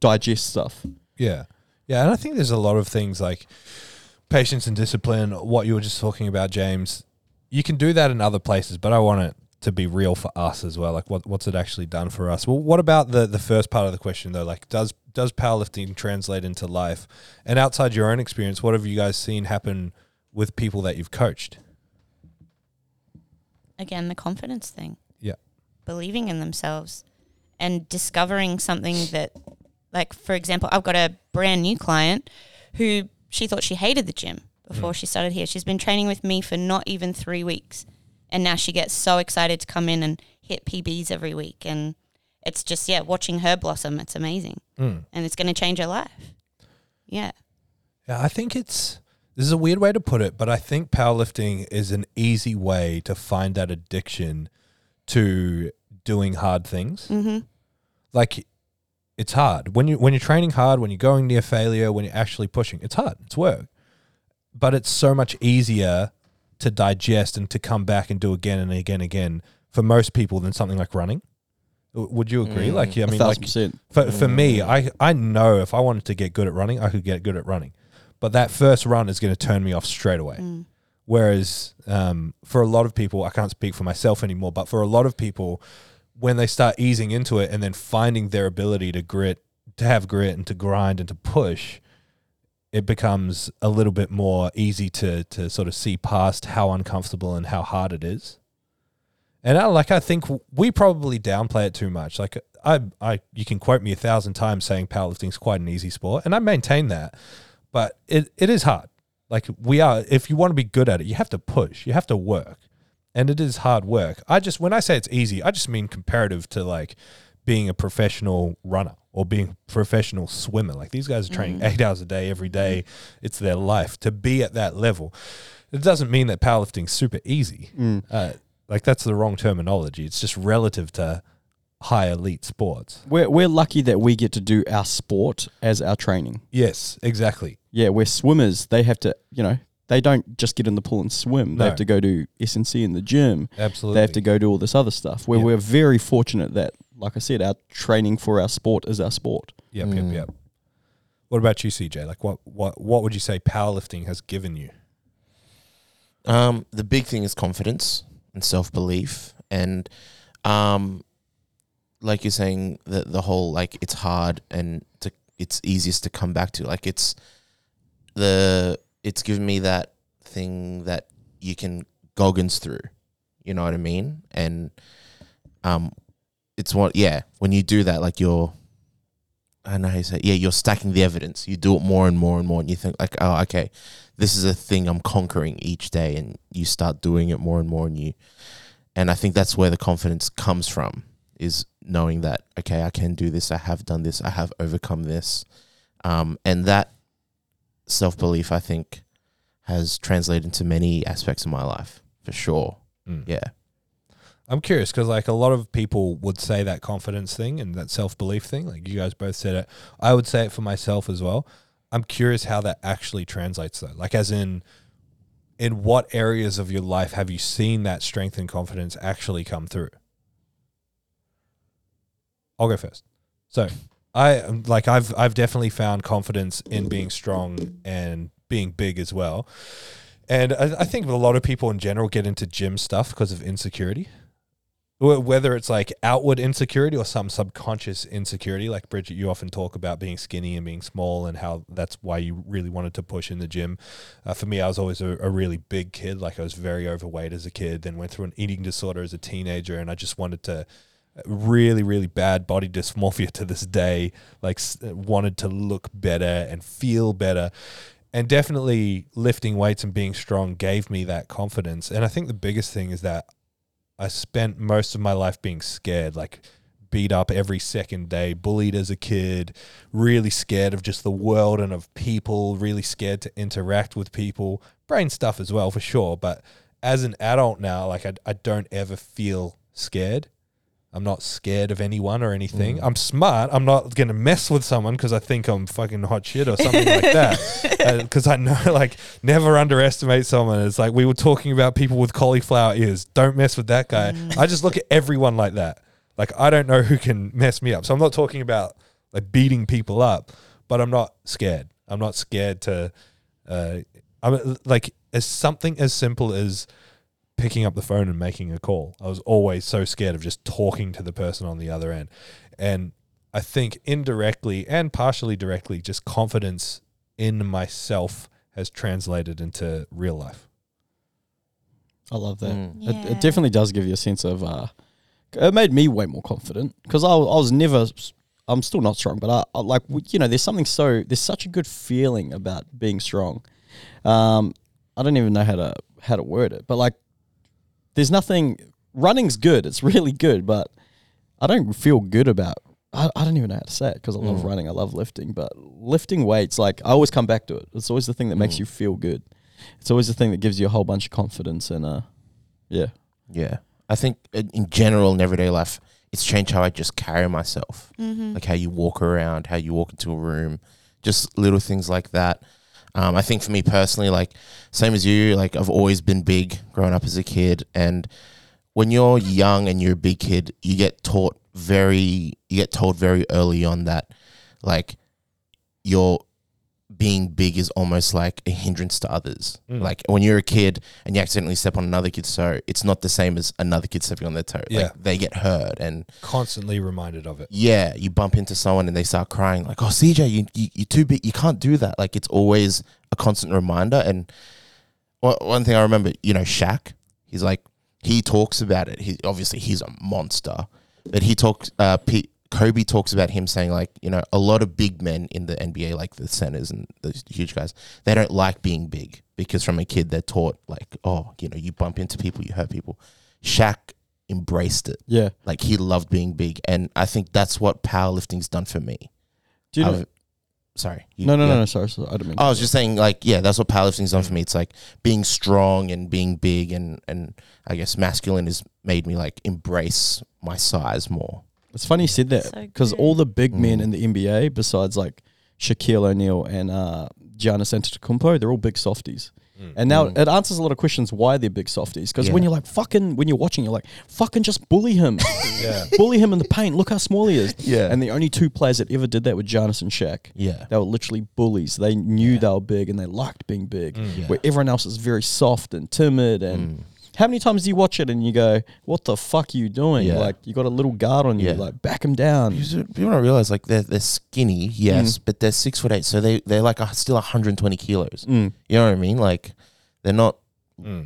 E: digest stuff.
D: Yeah. Yeah. And I think there's a lot of things like patience and discipline, what you were just talking about, James. You can do that in other places, but I want it to be real for us as well. Like what, what's it actually done for us? Well, what about the, the first part of the question though? Like does, does powerlifting translate into life and outside your own experience? What have you guys seen happen with people that you've coached?
C: again, the confidence thing.
D: Yeah.
C: believing in themselves and discovering something that like for example i've got a brand new client who she thought she hated the gym before she started here she's been training with me for not even three weeks and now she gets so excited to come in and hit pbs every week and it's just yeah watching her blossom it's amazing and it's going to change her life yeah
D: Yeah, I think it's This is a weird way to put it, but I think powerlifting is an easy way to find that addiction to doing hard things.
C: Mm-hmm.
D: Like it's hard. When you when you're training hard, when you're going near failure, when you're actually pushing, it's hard. It's work. But it's so much easier to digest and to come back and do again and again and again for most people than something like running. W- Would you agree?
B: Mm.
D: Like yeah, I
E: a
D: mean
E: thousand
D: like
E: percent.
D: for, for me, I, I know if I wanted to get good at running, I could get good at running. But that first run is going to turn me off straight away. Whereas um, for a lot of people, I can't speak for myself anymore, but for a lot of people, when they start easing into it and then finding their ability to grit, to have grit and to grind and to push, it becomes a little bit more easy to, to sort of see past how uncomfortable and how hard it is. And I like I think we probably downplay it too much. Like I I you can quote me a thousand times saying powerlifting's quite an easy sport and I maintain that. But it, it is hard. Like we are if you want to be good at it, you have to push, you have to work. And it is hard work. I just when I say it's easy, I just mean comparative to like being a professional runner or being a professional swimmer. Like these guys are training 8 hours a day every day. It's their life to be at that level. It doesn't mean that powerlifting's super easy uh, like that's the wrong terminology. It's just relative to high elite sports.
E: We're we're lucky that we get to do our sport as our training.
D: Yes, exactly.
E: Yeah, we're swimmers. They have to, you know, they don't just get in the pool and swim. They
D: No.
E: have to go to SNC in the gym.
D: Absolutely.
E: They have to go do all this other stuff. Where
D: Yeah.
E: we're very fortunate that, like I said, our training for our sport is our sport.
D: Yep, yep, yep. What about you, CJ? Like, what, what, what would you say powerlifting has given you?
B: Um, the big thing is confidence and self belief, and um, like you're saying, the the whole like it's hard and to, it's easiest to come back to. Like it's the it's given me that thing that you can goggins through. You know what I mean? And um, it's what yeah. When you do that, like you're. I don't know how you say. it. Yeah, you're stacking the evidence. You do it more and more and more, and you think like, oh, okay, this is a thing I'm conquering each day, and you start doing it more and more, and you, and I think that's where the confidence comes from is knowing that okay, I can do this, I have done this, I have overcome this, um, and that self belief I think has translated into many aspects of my life for sure.
D: Mm.
B: Yeah,
D: I'm curious because like a lot of people would say that confidence thing and that self belief thing. Like you guys both said it. I would say it for myself as well. I'm curious how that actually translates though. Like as in in what areas of your life have you seen that strength and confidence actually come through? I'll go first. So I like I've I've definitely found confidence in being strong and being big as well. And I, I think a lot of people in general get into gym stuff because of insecurity. Wh- Whether it's like outward insecurity or some subconscious insecurity, like Bridget, you often talk about being skinny and being small and how that's why you really wanted to push in the gym. Uh, for me, I was always a, a really big kid. Like I was very overweight as a kid, then went through an eating disorder as a teenager, and I just wanted to uh, really really bad body dysmorphia to this day like s- uh, wanted to look better and feel better and definitely lifting weights and being strong gave me that confidence and i think the biggest thing is that i spent most of my life being scared like beat up every second day bullied as a kid really scared of just the world and of people really scared to interact with people brain stuff as well for sure but as an adult now like i, I don't ever feel scared I'm not scared of anyone or anything. I'm smart. I'm not going to mess with someone because I think I'm fucking hot shit or something like that. Because I know, [LAUGHS] like, never underestimate someone. It's like we were talking about people with cauliflower ears. Don't mess with that guy. I just look at everyone like that. Like, I don't know who can mess me up. So I'm not talking about like beating people up, but I'm not scared. I'm not scared to, uh, I'm like, as something as simple as picking up the phone and making a call. I was always so scared of just talking to the person on the other end. And I think indirectly and partially directly, just confidence in myself has translated into real life.
E: I love that.
B: Mm.
E: It,
C: Yeah.
E: it definitely does give you a sense of. Uh, it made me way more confident because I, was- I was never. s- I'm still not strong, but I, I like w- you know. There's something so there's such a good feeling about being strong. Um, I don't even know how to how to word it, but like, [LAUGHS] there's nothing. Running's good. It's really good, but I don't feel good about I, I don't even know how to say it because I love running, I love lifting, but lifting weights, like I always come back to it. It's always the thing that makes you feel good. It's always the thing that gives you a whole bunch of confidence and uh, yeah,
B: Yeah. I think in in general in everyday life, it's changed how I just carry myself. Like how you walk around, how you walk into a room, just little things like that. Um, I think for me personally, like same as you, like I've always been big growing up as a kid. And when you're young and you're a big kid, you get taught very, you get told very early on that like you're being big is almost like a hindrance to others. Like when you're a kid and you accidentally step on another kid's toe, it's not the same as another kid stepping on their toe.
D: Yeah.
B: Like they get hurt and
D: Constantly reminded of it.
B: yeah, you bump into someone and they start crying like, "Oh, CJ, you, you you're too big. You can't do that." Like it's always a constant reminder. And one, one thing I remember, you know, Shaq, he's like he talks about it. He obviously he's a monster, but he talks. Uh, Pete, Kobe talks about him saying like, you know, a lot of big men in the NBA, like the centers and those huge guys, they don't like being big because from a kid they're taught like, oh, you know, you bump into people, you hurt people. Shaq embraced it
E: yeah.
B: like he loved being big and i think that's what powerlifting's done for me
E: Do you know?
B: I've- sorry you-
E: No, no,
B: yeah.
E: no, no. Sorry, sorry, I didn't mean.
B: i was just saying like yeah that's what powerlifting's done for me it's like being strong and being big and and i guess masculine has made me like embrace my size more
E: It's funny you said that
C: So
E: because
C: good.
E: all the big men
B: Mm.
E: in the NBA, besides like Shaquille O'Neal and uh, Giannis Antetokounmpo, they're all big softies. And now it answers a lot of questions why they're big softies. Because when
B: Yeah.
E: you're like fucking, when you're watching, you're like fucking, just bully [LAUGHS] him, bully him in the paint. Look how small he is.
B: Yeah.
E: And the only two players that ever did that were Giannis and Shaq.
B: yeah
E: They were literally bullies. They knew they were big and they liked being big.
B: Mm. Yeah. Mm.
E: Where everyone else is very soft and timid. And how many times do you watch it and you go, "What the fuck are you doing?"
B: Yeah.
E: Like you got a little guard on you.
B: Yeah.
E: Like back him down.
B: Because people don't realize like they're they're skinny, yes, but they're six foot eight, so they they're like uh, still 120 kilos. You know what I mean? Like they're not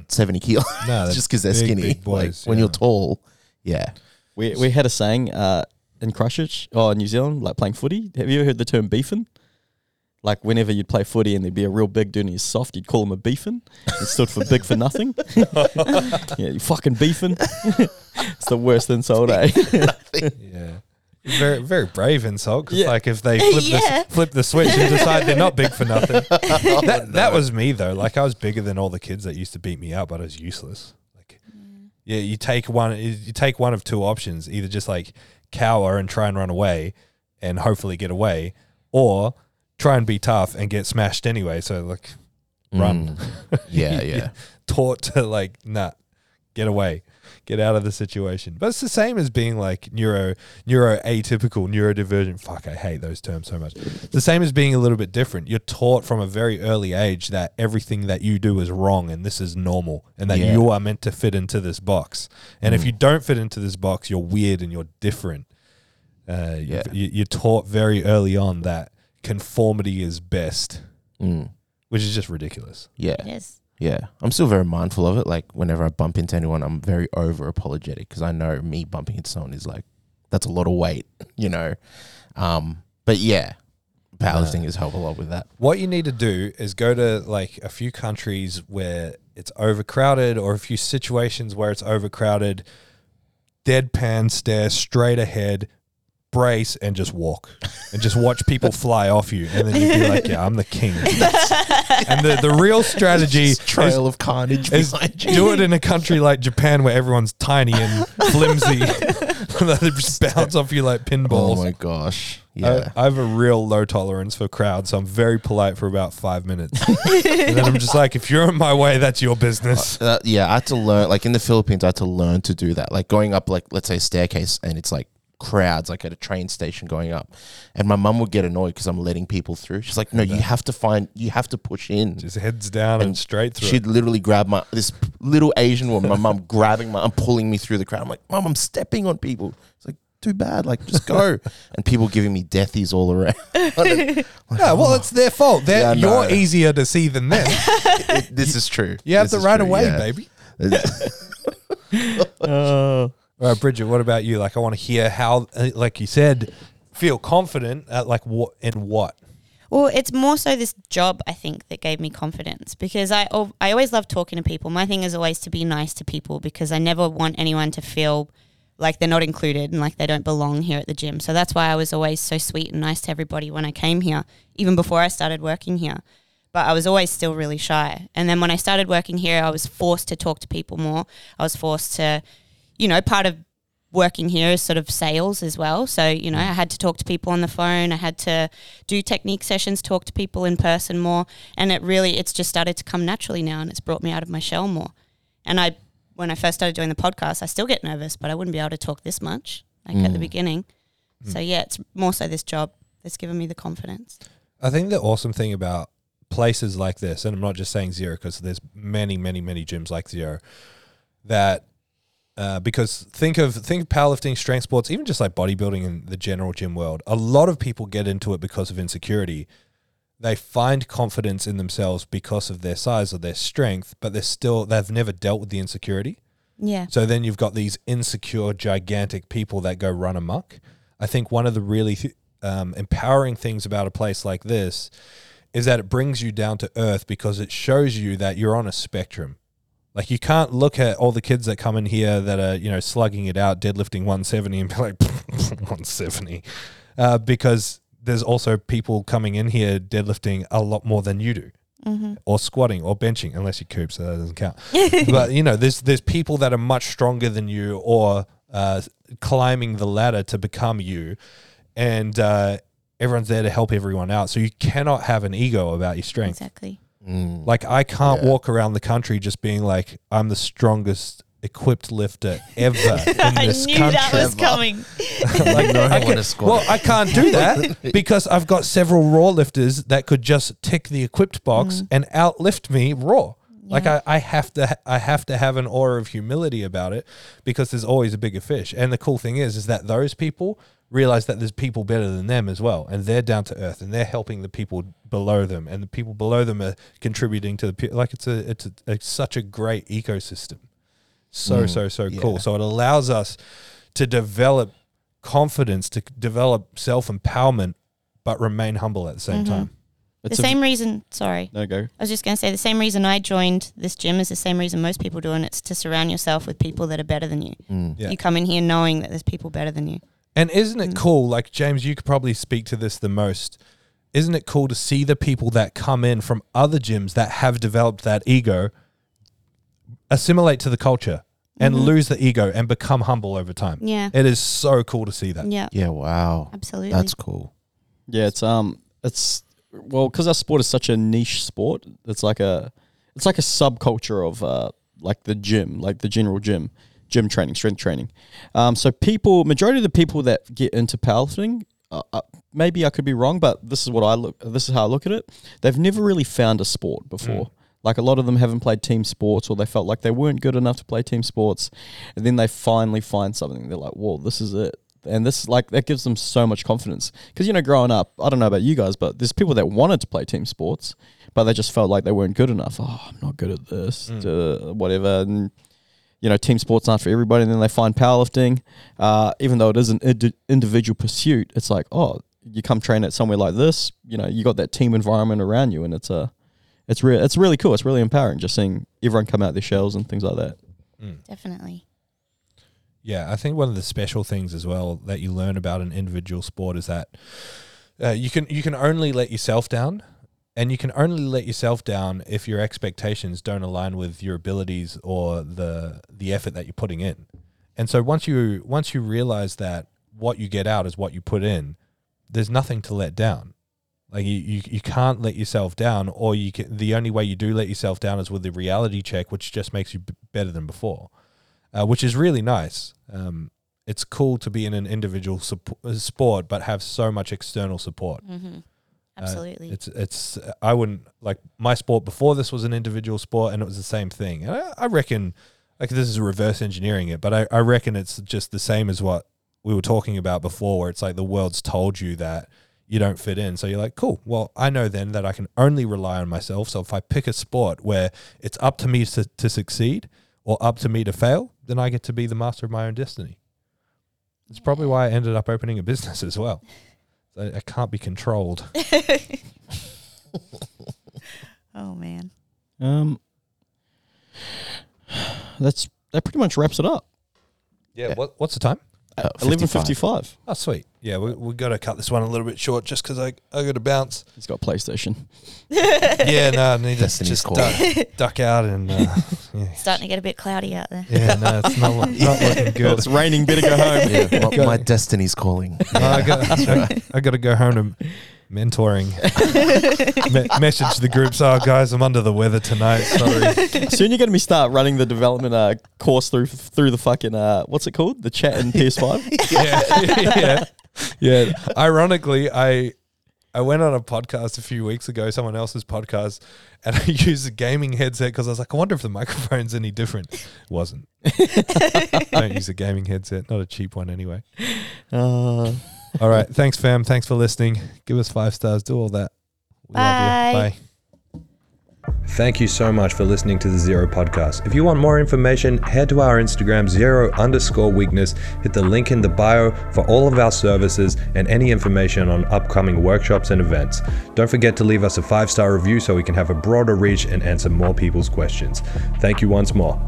B: 70 kilos [LAUGHS]
D: No,
B: just because they're
D: Mm. big,
B: skinny.
D: big boys,
B: like when
D: yeah.
B: you're tall, yeah,
E: We we had a saying uh, in Christchurch or New Zealand, like playing footy. Have you ever heard the term beefing? Like whenever you'd play footy and there'd be a real big dude and he's soft, you'd call him a beefing. It stood for big for
B: [LAUGHS]
E: nothing. [LAUGHS] yeah, you fucking beefing. [LAUGHS] it's the worst
B: [LAUGHS]
E: insult, eh?
D: Yeah. Very, very brave insult. 'cause,
E: Yeah.
D: like if they flip,
C: Yeah.
D: the, flip the switch and decide they're not big for nothing. that, that was me though. Like I was bigger than all the kids that used to beat me up, but I was useless. Like, yeah, you take one, you take one of two options: either just like cower and try and run away, and hopefully get away, or try and be tough and get smashed anyway. So like,
B: Mm.
D: run.
B: yeah,
D: [LAUGHS] You're
B: yeah.
D: taught to like, nah, get away, get out of the situation. But it's the same as being like neuro neuro atypical, neurodivergent. Fuck, I hate those terms so much. It's the same as being a little bit different. You're taught from a very early age that everything that you do is wrong and this is normal and that
B: Yeah. Mm.
D: you are meant to fit into this box. And if you don't fit into this box, you're weird and you're different. Uh, you-
B: Yeah.
D: you, you're taught very early on that conformity is best,
B: Mm,
D: which is just ridiculous.
B: yeah.
C: Yes.
B: Yeah, I'm still very mindful of it. Like whenever I bump into anyone, I'm very over apologetic because I know me bumping into someone is like that's a lot of weight, [LAUGHS] you know. Um, but yeah, powerlifting has helped a lot with that.
D: What you need to do is go to like a few countries where it's overcrowded or a few situations where it's overcrowded, deadpan stare straight ahead, brace and just walk and just watch
B: [LAUGHS]
D: people fly off you. And then you'd be like, yeah, I'm the king. [LAUGHS] and the, the real strategy is,
B: Trail of carnage
D: is
B: behind you.
D: do it in a country like Japan where everyone's tiny and
B: [LAUGHS]
D: flimsy. [LAUGHS] they just bounce off you like pinballs.
B: [LAUGHS] Oh my gosh! Uh,
D: I-
B: Yeah,
D: I, have a real low tolerance for crowds, so I'm very polite for about five minutes. [LAUGHS] and then I'm just like, if you're in my way, that's your business.
B: Uh, yeah. I had to learn. Like in the Philippines, I had to learn to do that. Like going up, like let's say a staircase, and it's like crowds, like at a train station going up, and my mum would get annoyed because I'm letting people through. She's like, "No, you have to find. You have to push in."
D: [LAUGHS] Just heads down and,
B: And
D: straight through.
B: [LAUGHS] She'd
D: it.
B: literally grab my this p- little Asian woman, my mum grabbing my, I'm pulling me through the crowd. I'm like, mum, I'm stepping on people. It's like too bad. Like just
D: [LAUGHS]
B: go. and people giving me deathies all around.
D: Yeah, well, it's their fault. They're,
B: Yeah, I know.
D: you're easier to see
B: [LAUGHS]
D: than them.
B: It- this is true.
D: You have
B: This
D: the
B: is
D: right
B: true,
D: away,
B: yeah.
D: baby. [LAUGHS]
E: Uh,
D: All right, Bridget, what about you? Like, I want to hear how, uh, like you said, feel confident at like what in what.
C: Well, it's more so this job I think that gave me confidence because I al- I always love talking to people. My thing is always to be nice to people because I never want anyone to feel like they're not included and like they don't belong here at the gym. So that's why I was always so sweet and nice to everybody when I came here, even before I started working here. But I was always still really shy. And then when I started working here, I was forced to talk to people more. I was forced to, you know, part of working here is sort of sales as well. So, you know, I had to talk to people on the phone, I had to do technique sessions, talk to people in person more. And it really, it's just started to come naturally now and it's brought me out of my shell more. And I, when I first started doing the podcast, I still get nervous, but I wouldn't be able to talk this much like at the beginning. So, yeah, it's more so this job that's given me the confidence.
D: I think the awesome thing about places like this, and I'm not just saying Zero because there's many, many, many gyms like Zero that. Uh, because think of think of powerlifting, strength sports, even just like bodybuilding in the general gym world. A lot of people get into it because of insecurity. They find confidence in themselves because of their size or their strength, but they're still they've never dealt with the insecurity.
C: Yeah.
D: So then you've got these insecure, gigantic people that go run amok. I think one of the really th- um, empowering things about a place like this is that it brings you down to earth because it shows you that you're on a spectrum. Like you can't look at all the kids that come in here that are you know slugging it out, deadlifting 170, and be like [LAUGHS] 170, uh, because there's also people coming in here deadlifting a lot more than you do,
C: Mm-hmm.
D: or squatting or benching, unless you coop, so that doesn't count but you know, there's there's people that are much stronger than you or uh, climbing the ladder to become you, and uh, everyone's there to help everyone out. So you cannot have an ego about your
C: [LAUGHS]
D: strength.
C: Exactly.
D: Like I can't walk around the country just being like, I'm the strongest equipped lifter ever
C: [LAUGHS]
D: in
C: I
D: this
C: knew
D: country.
C: that was coming.
B: [LAUGHS]
D: [LAUGHS]
B: Like, no, I
D: I
B: want
D: can-
B: to squat.
D: well, I
B: [LAUGHS]
D: can't do that because I've got several raw lifters that could just tick the equipped box and outlift me raw. Like I, I have to, I have to have an aura of humility about it because there's always a bigger fish. And the cool thing is, is that those people realize that there's people better than them as well, and they're down to earth and they're helping the people below them, and the people below them are contributing to the pe- like it's a, it's a, it's such a great
B: Mm.
D: ecosystem. So so so cool. So it allows us to develop confidence, to develop self empowerment, but remain humble at the same time.
C: The
E: It's a-
C: same reason, sorry.
E: No go.
C: I was just going to say the same reason I joined this gym is the same reason most people do, and it's to surround yourself with people that are better than you.
D: Yeah.
C: You come in here knowing that there's people better than you.
D: And isn't it cool? Like James, you could probably speak to this the most. Isn't it cool to see the people that come in from other gyms that have developed that ego assimilate to the culture and lose the ego and become humble over time?
C: Yeah.
D: It is so cool to see that.
C: Yeah,
B: yeah, wow.
C: absolutely.
B: That's cool.
E: Yeah, it's um, it's well because our sport is such a niche sport. It's like a, it's like a subculture of uh, like the gym, like the general gym, gym training, strength training. Um, so people, majority of the people that get into powerlifting, uh, uh, maybe I could be wrong, but this is what I look. This is how I look at it. They've never really found a sport before. Like a lot of them haven't played team sports, or they felt like they weren't good enough to play team sports, and then they finally find something. They're like, "Whoa, this is it!" And this like that gives them so much confidence. Because you know, growing up, I don't know about you guys, but there's people that wanted to play team sports, but they just felt like they weren't good enough. Oh, I'm not good at this, duh, whatever. And you know, team sports aren't for everybody. And then they find powerlifting, uh, even though it is an indi- individual pursuit. It's like, oh, you come train at somewhere like this. You know, you got that team environment around you, and it's a, it's real. It's really cool. It's really empowering just seeing everyone come out of their shells and things like that.
C: Definitely.
D: Yeah, I think one of the special things as well that you learn about an individual sport is that uh, you can you can only let yourself down, and you can only let yourself down if your expectations don't align with your abilities or the the effort that you're putting in. And so once you once you realize that what you get out is what you put in, there's nothing to let down. Like you, you, you can't let yourself down, or you can, the only way you do let yourself down is with the reality check, which just makes you b- better than before uh, which is really nice. Um, it's cool to be in an individual supp- uh, sport, but have so much external support.
C: hmm
D: Uh,
C: Absolutely.
D: it's it's uh, I wouldn't like my sport before this was an individual sport, and it was the same thing. And I, I reckon like this is reverse engineering it, but I, I reckon it's just the same as what we were talking about before, where it's like the world's told you that you don't fit in. So you're like, cool. Well, I know then that I can only rely on myself. So if I pick a sport where it's up to me to, to succeed or up to me to fail, then I get to be the master of my own destiny. It's probably why I ended up opening a business [LAUGHS] as well. I, I can't be controlled.
C: oh, [LAUGHS] man.
E: Um, that's that pretty much wraps it up.
D: Yeah.
B: Yeah.
D: What, what's the time?
B: Uh,
E: Eleven fifty-five.
D: Oh, sweet. Yeah, we we got to cut this one a little bit short just because I I got to [LAUGHS] bounce.
E: He's got PlayStation.
D: yeah, no, I need to
B: Destiny's
D: just
B: call.
D: duck, duck out and [LAUGHS] uh, yeah.
C: Starting to get a bit cloudy out there.
D: yeah, no, it's not, lo- [LAUGHS] not looking
E: Well,
D: good.
E: it's raining. Better go home.
B: [LAUGHS] Yeah, my,
D: Go.
B: my destiny's calling.
D: No, I got I, I got to go home to [LAUGHS] mentoring. Me- message the groups. Oh, guys, I'm under the weather tonight. Sorry.
E: Soon you're going to be start running the development uh, course through through the fucking uh, what's it called? The chat [LAUGHS] and PS5.
D: [LAUGHS] yeah, yeah, yeah. Ironically, I I went on a podcast a few weeks ago, someone else's podcast, and [LAUGHS] I used a gaming headset because I was like, I wonder if the microphone's any different. wasn't. [LAUGHS] Don't use a gaming headset, not a cheap one anyway.
E: uh,
D: All right, thanks, fam. Thanks for listening. Give us five stars. Do all that. We love you.
C: Bye.
D: Bye.
A: Thank you so much for listening to the Zero Podcast. If you want more information, head to our Instagram, zero underscore weakness, hit the link in the bio for all of our services and any information on upcoming workshops and events. Don't forget to leave us a five star review so we can have a broader reach and answer more people's questions. Thank you once more.